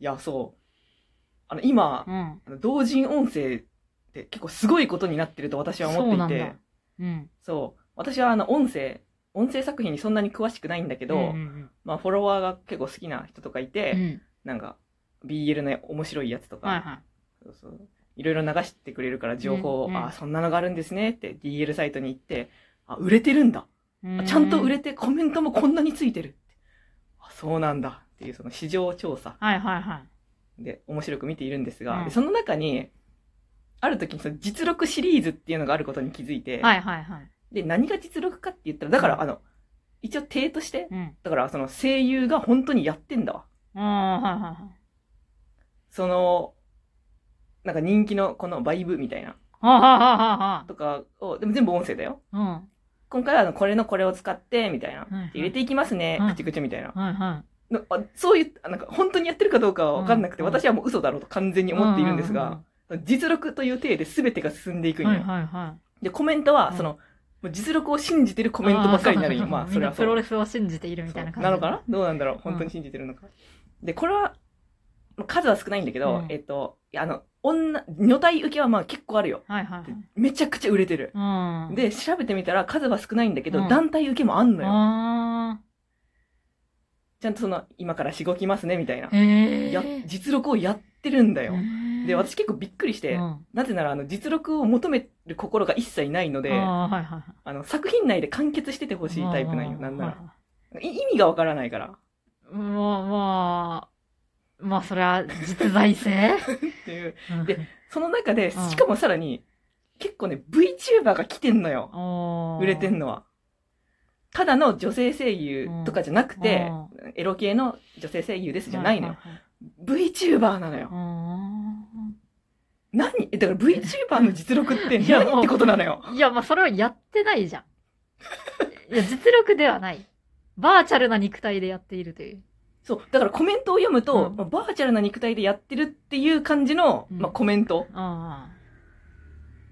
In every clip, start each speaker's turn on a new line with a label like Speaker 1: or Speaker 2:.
Speaker 1: いや、そう。あの、今、
Speaker 2: うん。
Speaker 1: あの同人音声って結構すごいことになってると私は思っていて、。
Speaker 2: うん。
Speaker 1: そう私はあの、音声、音声作品にそんなに詳しくないんだけど、
Speaker 2: うんうん
Speaker 1: まあ、フォロワーが結構好きな人とかいて、
Speaker 2: うんうん。
Speaker 1: なんか、BL の面白いやつとか、
Speaker 2: はいはい。
Speaker 1: そうそういろいろ流してくれるから情報を、
Speaker 2: うんうん
Speaker 1: ああ、そんなのがあるんですねって DL サイトに行って、あ、売れてるんだ。あ
Speaker 2: う
Speaker 1: ちゃんと売れてコメントもこんなについてるって。あ、そうなんだっていうその市場調査
Speaker 2: はいはいはい。
Speaker 1: で面白く見ているんですが、
Speaker 2: うん
Speaker 1: でその中に、ある時にその実力シリーズっていうのがあることに気づいて、
Speaker 2: はいはいはい。
Speaker 1: で、何が実力かって言ったら、だから、
Speaker 2: うん
Speaker 1: あの、一応体として、
Speaker 2: うん。
Speaker 1: だからその声優が本当にやってんだわ。
Speaker 2: ああ、はいはいはい。
Speaker 1: その、なんか人気のこのバイブみたいな
Speaker 2: ああ、は
Speaker 1: とかを、でも全部音声だよ。
Speaker 2: あ、はあ、は
Speaker 1: 今回はあのこれのこれを使って、みたいな
Speaker 2: うんうん。
Speaker 1: 入れていきますね、
Speaker 2: うん
Speaker 1: くちくちみたいな。
Speaker 2: あ。うん。はいはい。
Speaker 1: のあそういう、あなんか本当にやってるかどうかはわかんなくて、
Speaker 2: うんうん
Speaker 1: 私はもう嘘だろうと完全に思っているんです
Speaker 2: うう
Speaker 1: が、実力という体で全てが進んでいく
Speaker 2: うん
Speaker 1: よ。
Speaker 2: んうん、はいはいはい。
Speaker 1: で、コメントは、
Speaker 2: うん
Speaker 1: その、もう実力を信じてるコメントばっかりになるんよ。
Speaker 2: ー
Speaker 1: ま
Speaker 2: う
Speaker 1: あ、
Speaker 2: う
Speaker 1: それは
Speaker 2: みんな
Speaker 1: そ
Speaker 2: プロ
Speaker 1: う
Speaker 2: レ。スを信じているみたいな
Speaker 1: そ
Speaker 2: 感
Speaker 1: う
Speaker 2: じ。
Speaker 1: なのかなどうなんだろう本当
Speaker 2: う
Speaker 1: に
Speaker 2: ん
Speaker 1: 信じてるのか。で、これは、まあ数は少ないんだけど、
Speaker 2: うん
Speaker 1: えっと、いやあの、女、女体受けはまあ結構あるよ。
Speaker 2: はいはい
Speaker 1: めちゃくちゃ売れてる。
Speaker 2: はい。うん。、
Speaker 1: で、調べてみたら数は少ないんだけど、
Speaker 2: うん
Speaker 1: 団体受けもあんのよ。
Speaker 2: あ
Speaker 1: ちゃんとその、今からしごきますね、みたいな
Speaker 2: あ。。へえ。
Speaker 1: や、実力をやってるんだよ。
Speaker 2: へえ
Speaker 1: で、私結構びっくりして、
Speaker 2: うん
Speaker 1: なぜなら、あの、実力を求める心が一切ないので、あ
Speaker 2: ああ、はいはいはい。
Speaker 1: の、作品内で完結しててほしいタイプなんよ、なんな
Speaker 2: う
Speaker 1: ら。
Speaker 2: ん。
Speaker 1: い意味がわからないから。
Speaker 2: まあまあ、まあそれは実 在性
Speaker 1: っていう。
Speaker 2: で
Speaker 1: その中で、
Speaker 2: うん
Speaker 1: しかもさらに、結構ね、VTuber が来てんのよ。売
Speaker 2: 売
Speaker 1: れてん
Speaker 2: の
Speaker 1: のは。ただの女性声優とかじゃなくて、エロ系の女性声優ですじゃないのよ。。VTuber なのよ。何えだから VTuber の実力って
Speaker 2: いやもう
Speaker 1: 何ってことなのよ。
Speaker 2: いや、まあそれはやってな いじゃん。いや、実力ではない。バーチャルな肉体でやっているという。
Speaker 1: そう。だからコメントを読むと、
Speaker 2: うん
Speaker 1: まあバーチャルな肉体でやってるっていう感じの、
Speaker 2: うん
Speaker 1: まあ、コメント
Speaker 2: あ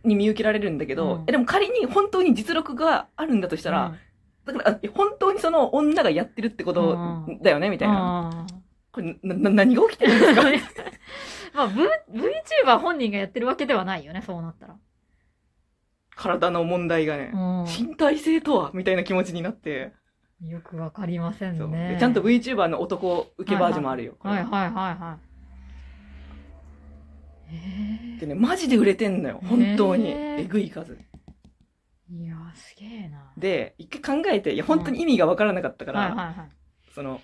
Speaker 1: に見受けられるんだけど、
Speaker 2: うん
Speaker 1: えでも仮に本当に実力があるんだとし
Speaker 2: した
Speaker 1: ら、、だからあ本当にその女がやってるってこと
Speaker 2: うん
Speaker 1: だよね、み
Speaker 2: み
Speaker 1: たいな。これな、な、何が起きてるんですか
Speaker 2: まあ、v、VTuber 本人がやってるわけではないよね、そうなったら。
Speaker 1: 体の問題がね、
Speaker 2: う
Speaker 1: 身体性とはみたいな気持ちになって、
Speaker 2: ん。よくわかりませ
Speaker 1: そうんで
Speaker 2: ね。
Speaker 1: ちゃんと VTuber の男受けバージョンもあるよ。
Speaker 2: はいはい
Speaker 1: こ
Speaker 2: はい
Speaker 1: れ
Speaker 2: はい。え
Speaker 1: でね、マジで売れてんのよ、本当に。
Speaker 2: へー
Speaker 1: えぐい数。
Speaker 2: えいやー、すげえな。
Speaker 1: で、一回考えて、いや、本当に意味がわからなかったから、
Speaker 2: はいはいはい。
Speaker 1: その、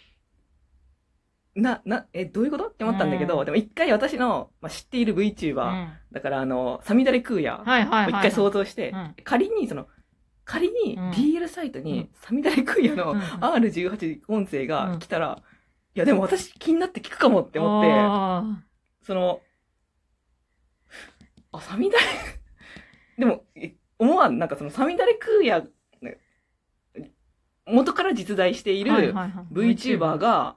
Speaker 1: な、な、え、どういうことって思ったんだけど、
Speaker 2: うん
Speaker 1: でも一回私の、まあ、知っている VTuber、
Speaker 2: う
Speaker 1: だからあの、サミダレクーヤを
Speaker 2: んはいはいはい。
Speaker 1: 一回想像して、
Speaker 2: うん
Speaker 1: 仮にその、仮に
Speaker 2: うん
Speaker 1: DL サイト
Speaker 2: うん
Speaker 1: にサミダレクーヤの
Speaker 2: うん
Speaker 1: R18 音声が来たら、いやでも私気になって聞くかもって思って、
Speaker 2: あ
Speaker 1: その、あ、サミダレ、 でも、え思わん、なんかそのサミダレクーヤ、ね元から実在してい
Speaker 2: ー
Speaker 1: る、
Speaker 2: はいはいはい
Speaker 1: VTuber が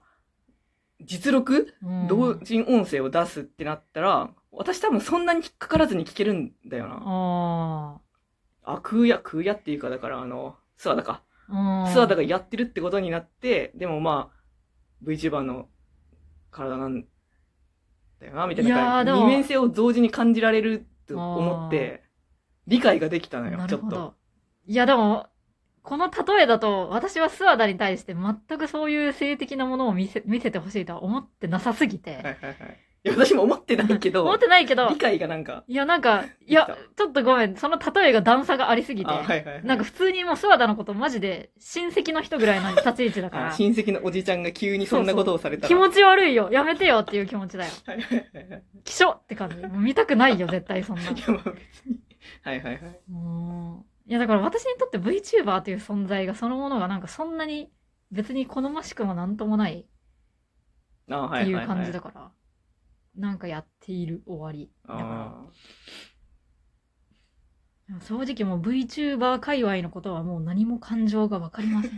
Speaker 1: 実力
Speaker 2: うん
Speaker 1: 同人音声を出すってなったら、私多分そんなに引っかからずに聞けるんだよな。
Speaker 2: あ
Speaker 1: あ、空や空やっていうか、だからあの、スワダか。
Speaker 2: あ。うん
Speaker 1: スワダがやってるってことになって、でもまあ、VTuber の体なんだよな、みたい
Speaker 2: いや
Speaker 1: な
Speaker 2: ーでも
Speaker 1: 二面性を同時に感じられると思って、理解ができたのよ
Speaker 2: な、
Speaker 1: ち
Speaker 2: る
Speaker 1: ょっ
Speaker 2: ほ
Speaker 1: と。
Speaker 2: ど。いやでも、この例えだと、私はスワダに対して全くそういう性的なものを見せ見せてほしいとは思ってなさすぎ
Speaker 1: はいは
Speaker 2: て。
Speaker 1: いはい。いや、私も思ってないけ
Speaker 2: 思
Speaker 1: ど
Speaker 2: っ、てないけど
Speaker 1: 理、解がなんか、
Speaker 2: いやなんか、い
Speaker 1: で
Speaker 2: や
Speaker 1: き、
Speaker 2: ちょっとごめん、その例えが段差がありすぎて
Speaker 1: あ、。はいはいはい。
Speaker 2: なんか普通にもうスワダのことマジで親戚の人ぐらいの立ち位置だか
Speaker 1: あ
Speaker 2: ら。
Speaker 1: 親戚のおじちゃんが急にそんなことをされたら。
Speaker 2: 気持ち悪いよ。やめてよっていう気持ちだよ。
Speaker 1: はいはいはいはい。
Speaker 2: 気象って感じ。もう見たくないよ、絶対そんな。
Speaker 1: いや、まあ別に。はいはいはい。
Speaker 2: もういや、だから私にとって VTuber という存在がそのものがなんかそんなに別に好ましくもなんともない
Speaker 1: ああ、
Speaker 2: っ
Speaker 1: は
Speaker 2: て
Speaker 1: い
Speaker 2: い
Speaker 1: は
Speaker 2: う
Speaker 1: い、は
Speaker 2: 感じ
Speaker 1: い。
Speaker 2: だから、なんかやっている終わり。だか
Speaker 1: ああ
Speaker 2: ら、正直もう VTuber 界隈のことはもう何も感情がわかりません。
Speaker 1: い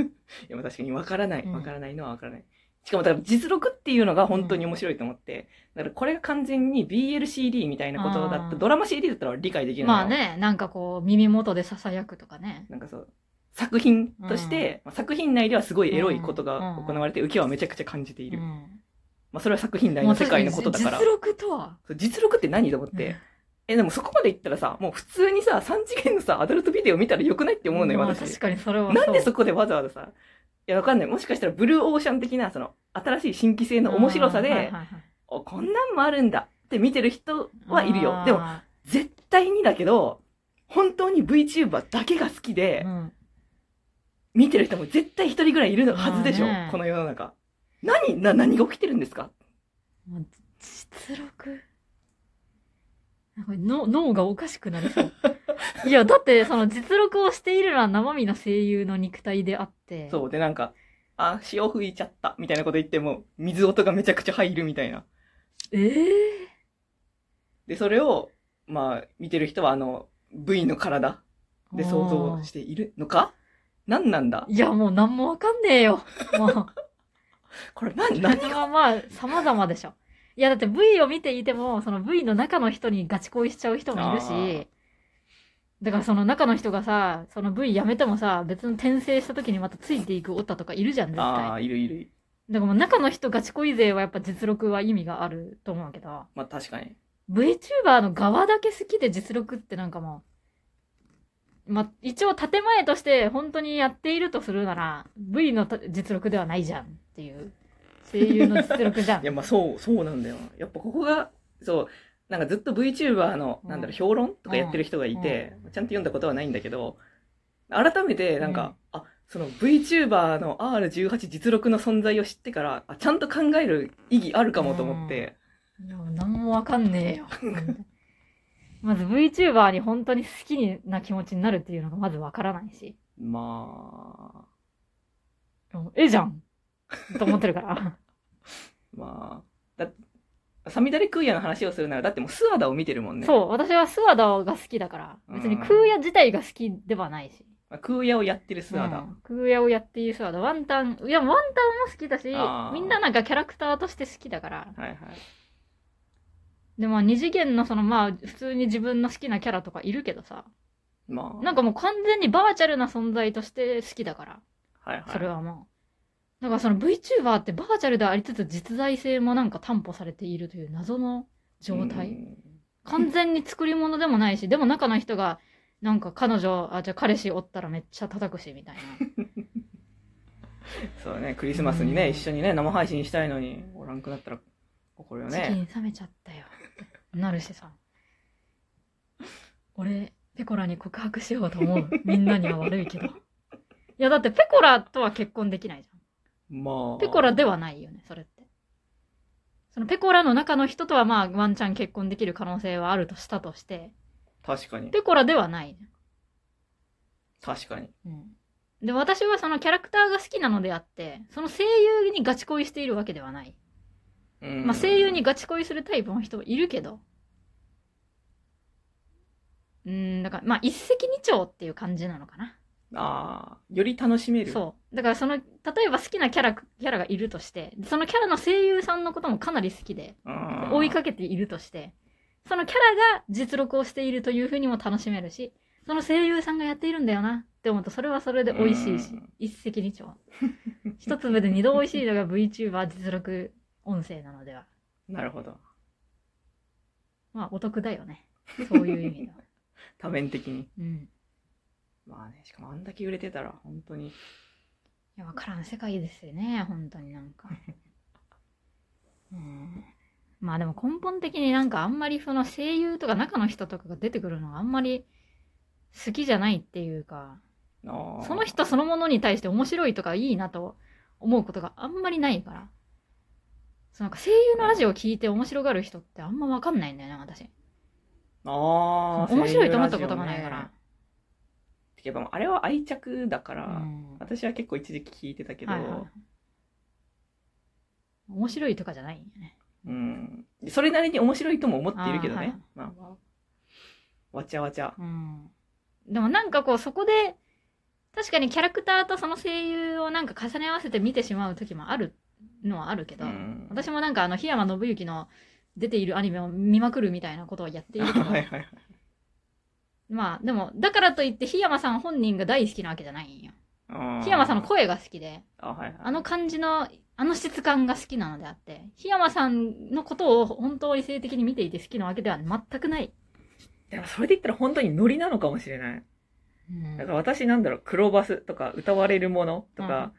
Speaker 1: や、まあ確かにわからな
Speaker 2: う
Speaker 1: い。
Speaker 2: ん
Speaker 1: わからないのはわからない。しかも、だから実力っていうのが本当に面白いと思って。だからこれが完全に BLCD みたいなことだ
Speaker 2: あ
Speaker 1: っ
Speaker 2: ー
Speaker 1: た。ドラマ CD だったら理解できるのよ
Speaker 2: まあ。ね、なんかこう耳元で囁くとかね。
Speaker 1: なんかそう。作品として、まあ作品内ではすごいエロいことが行われて、受けはめちゃくちゃ感じている。
Speaker 2: うん
Speaker 1: まあ、それは作品内の世界のことだから。
Speaker 2: 実力とは。
Speaker 1: そう実力って何と思って。え、でもそこまで言ったらさ、もう普通にさ、3次元のさ、アダルトビデオ見たらよくないって思うのよ、
Speaker 2: まあ
Speaker 1: 私。
Speaker 2: 確かにそれはう。
Speaker 1: なんでそこでわざわざさ、いや、わかんない。もしかしたらブルーオーシャン的な、その、新しい新規性の面白さ
Speaker 2: あーはい
Speaker 1: で、
Speaker 2: はい
Speaker 1: お、こんなんもあるんだって見てる人はいるよ
Speaker 2: あ。ー
Speaker 1: でも、絶対にだけど、本当に VTuber だけが好きで
Speaker 2: う、ん
Speaker 1: 見てる人も絶対一人ぐらいいるはずでしょ、
Speaker 2: まあね
Speaker 1: この世の中。何な、何が起きてるんですか
Speaker 2: もう実力。なんかの脳がおかしくな りそう。いや、だって、その実力をしているのは生身の声優の肉体であって。
Speaker 1: そう。で、なんか、あ、潮吹いちゃった、みたいなこと言っても、水音がめちゃくちゃ入るみたいな。
Speaker 2: ええ
Speaker 1: で、それを、まあ、見てる人は、あの、V の体で想像しているのか何なんだ
Speaker 2: いや、もう何もわかんねえよ。もう。
Speaker 1: これ何、
Speaker 2: そ
Speaker 1: 何
Speaker 2: れはまあ、様々でしょ。いや、だって V を見ていても、その V の中の人にガチ恋しちゃう人もいる
Speaker 1: あー
Speaker 2: し、だからその中の人がさ、その V やめてもさ、別の転生した時にまたついていくオタとかいるじゃん、絶対。だ
Speaker 1: あ
Speaker 2: か
Speaker 1: あ、いるいる。
Speaker 2: らもう中の人ガチ恋勢はやっぱ実力は意味があると思うけど、
Speaker 1: まあ、確かに。
Speaker 2: VTuber の側だけ好きで実力ってなんかもう、まあ、一応建前として本当にやっているとするなら、V のた実力ではないじゃんっていう、声優の実力じゃ ん
Speaker 1: い。や、まあ、そう、そうなんだよ。やっぱここが、そう、なんかずっと VTuber の、なんだろう、
Speaker 2: うん
Speaker 1: 評論とかやってる人がいて、ちゃんと読んだことはないんだけど、改めて、なんか、あ、その VTuber の R18 実力の存在を知ってから、あ、ちゃんと考える意義あるかもと思って、
Speaker 2: いや、なんもわかんねえよ。まず VTuber に本当に好きにな気持ちになるっていうのがまずわからないし。
Speaker 1: まあ、
Speaker 2: うんええじゃんと思ってるから。
Speaker 1: まあ、だサミダレクーヤの話をするなら、だってもうスワダを見てるもんね。
Speaker 2: そう、私はスワダが好きだから、別に空也自体が好きではないし。
Speaker 1: まあクーヤをやってるスワダ。
Speaker 2: うん空也をやっているスワダ。ワンタン、いや、ワンタンも好きだし
Speaker 1: あー、
Speaker 2: みんななんかキャラクターとして好きだから。
Speaker 1: はいはい。
Speaker 2: で、まあ二次元のそのまあ普通に自分の好きなキャラとかいるけどさ、
Speaker 1: まあ、
Speaker 2: なんかもう完全にバーチャルな存在として好きだから。
Speaker 1: はいはい。
Speaker 2: それはもう。だからその VTuber ってバーチャルでありつつ実在性もなんか担保されているという謎の状態。
Speaker 1: うん
Speaker 2: 完全に作り物でもないし、でも中の人がなんか彼女、あ、じゃあ彼氏おったらめっちゃ叩くしみたいな。
Speaker 1: そうね、クリスマスにね、
Speaker 2: うん
Speaker 1: 一緒にね、生配信したいのに、おらんくなったら怒るよ
Speaker 2: 時期
Speaker 1: ね。
Speaker 2: に冷めちゃったよ。なるしさ。俺、ペコラに告白しようと思う。みんなには悪いけど。いやだってペコラとは結婚できないじゃん。
Speaker 1: まあ。
Speaker 2: ペコラではないよね、それって。そのペコラの中の人とはまあワンチャン結婚できる可能性はあるとしたとして、
Speaker 1: 確かに。
Speaker 2: ペコラではない。
Speaker 1: 確かに。
Speaker 2: うん。で、私はそのキャラクターが好きなのであって、その声優にガチ恋しているわけではない。
Speaker 1: うん
Speaker 2: まあ声優に。ガチ恋するタイプの人もいるけど、うん、だからまあ一石二鳥っていう感じなのかな。
Speaker 1: ああ、より楽しめる。
Speaker 2: そう。だからその、例えば好きなキャラ、キャラがいるとして、そのキャラの声優さんのこともかなり好きで、
Speaker 1: うん。
Speaker 2: 追いかけているとして、そのキャラが実力をしているというふうにも楽しめるし、その声優さんがやっているんだよなって思うと、それはそれで美味しいし
Speaker 1: うん、
Speaker 2: 一石二鳥。一粒で二度美味しいのが VTuber 実力音声なのでは。
Speaker 1: なるほど。
Speaker 2: まあ、お得だよね。そういう意味では。
Speaker 1: 多面的に。
Speaker 2: うん。
Speaker 1: まあね、しかもあんだけ売れてたら、本当に。
Speaker 2: いや、わからん世界ですよね、本当になんか。 うんまあでも根本的になんかあんまりその声優とか中の人とかが出てくるのがあんまり好きじゃないっていうか、
Speaker 1: ああ
Speaker 2: その人そのものに対して面白いとかいいなと思うことがあんまりないから。そのなんか声優のラジオを聞いて面白がる人ってあんまわかんないんだよね、私。
Speaker 1: ああ、
Speaker 2: 面白いと思ったことがないか
Speaker 1: 声優ラジオね
Speaker 2: ら。。
Speaker 1: やっぱあれは愛着だから、
Speaker 2: うん
Speaker 1: 私は結構一時期聞いてたけど、
Speaker 2: はいはいはい面白いとかじゃないんよね。
Speaker 1: うん。それなりに面白いとも思っているけどね。まあまあ。わちゃわちゃ。
Speaker 2: うん。でもなんかこうそこで、確かにキャラクターとその声優をなんか重ね合わせて見てしまう時もあるのはあるけど、
Speaker 1: うん
Speaker 2: 私もなんかあの、檜山信之の出ているアニメを見まくるみたいなことをやっているけど、
Speaker 1: はいはいはい。
Speaker 2: まあでも、だからといって檜山さん本人が大好きなわけじゃないんよ。
Speaker 1: 檜
Speaker 2: 檜山さんの声が好きで、
Speaker 1: あ、はいはい、
Speaker 2: あの感じの、ああの質感が好きなのであって、檜山さんのことを本当に性的に見ていて好きなわけでは全くない。
Speaker 1: でもそれで言ったら本当にノリなのかもしれない。
Speaker 2: うん
Speaker 1: だから私なんだろう、黒バスとか歌われるものとか、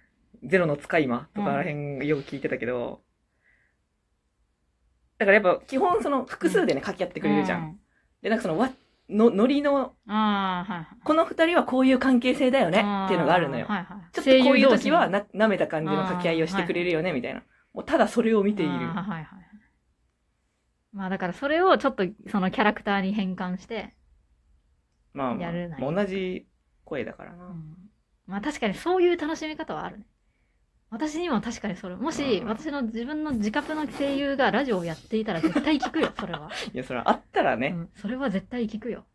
Speaker 1: ゼロの使い魔とかあらへんよく聞いてたけど、だからやっぱ基本その複数でね、掛け合ってくれるじゃん。
Speaker 2: う
Speaker 1: で、なんかそのわ、の、ノリの、
Speaker 2: ああ、はいはい。
Speaker 1: この二人はこういう関係性だよねっていうのがあるのよ
Speaker 2: ー。はいはい、
Speaker 1: ちょっとこういう時は
Speaker 2: っ
Speaker 1: な、舐めた感じの掛け合いをしてくれるよね、みたいな。もうただそれを見ている。
Speaker 2: はいはいはい。まあだからそれをちょっとそのキャラクターに変換して、
Speaker 1: まあま
Speaker 2: やるな
Speaker 1: あ、もう同じ声だからな。
Speaker 2: うんまあ確かにそういう楽しみ方はあるね。私にも確かにそれ、もし
Speaker 1: うん
Speaker 2: 私の自分の自覚の声優がラジオをやっていたら絶対聞くよ、それは。
Speaker 1: いや、それはあったら
Speaker 2: う
Speaker 1: ね、
Speaker 2: ん、それは絶対聞くよ。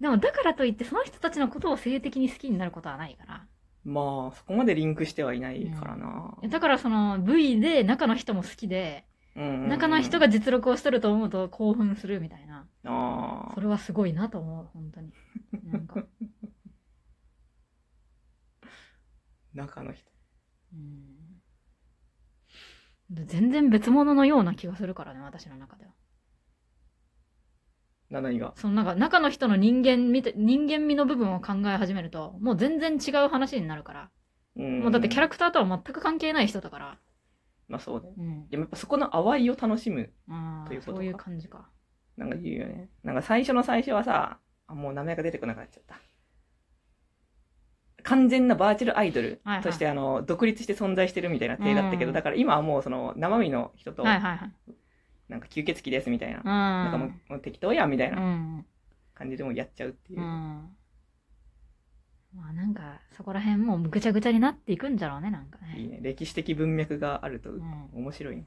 Speaker 2: でもだからといってその人たちのことを性的に好きになることはないから。
Speaker 1: まあ、そこまでリンクしてはいないからな。
Speaker 2: いやだからその V で中の人も好きで、
Speaker 1: うんうんうん
Speaker 2: 中の人が実力をしとると思うと興奮するみたいな。
Speaker 1: あ
Speaker 2: それはすごいなと思う、本当に。なんか。
Speaker 1: あ、中の人。
Speaker 2: うん全然別物のような気がするからね、私の中では。
Speaker 1: な、何が。
Speaker 2: そのなんか中の人の人間見て、人間味の部分を考え始めると、もう全然違う話になるから。
Speaker 1: も
Speaker 2: もうだってキャ
Speaker 1: ラ、
Speaker 2: ラクターとは全く関係ない人だから。
Speaker 1: まあそうね。
Speaker 2: うん。
Speaker 1: でもやっぱそこの淡いを楽しむ、
Speaker 2: あ
Speaker 1: という
Speaker 2: あ、
Speaker 1: ことか
Speaker 2: そういう感じか。
Speaker 1: なんか言うよね。なんか最初の最初はさ、あもう名前が出てこなくなっちゃった。完全なバーチャルアイドル
Speaker 2: はいはい
Speaker 1: として、あの、独立して存在してるみたいな体だったけ
Speaker 2: う
Speaker 1: ど、
Speaker 2: ん
Speaker 1: だから今はもうその生身の人と、
Speaker 2: はい
Speaker 1: な
Speaker 2: はいはい。
Speaker 1: んか吸血鬼ですみたいな。
Speaker 2: う
Speaker 1: なんかもうもう適当やんみたい
Speaker 2: ん。う。
Speaker 1: なん感じでもうやっちゃうっていうう。
Speaker 2: ん。まあなんか、そこら辺もうぐちゃぐちゃになっていくんじゃろうね、なんかね。
Speaker 1: いいね。歴史的文脈があると
Speaker 2: うん
Speaker 1: 面白いね。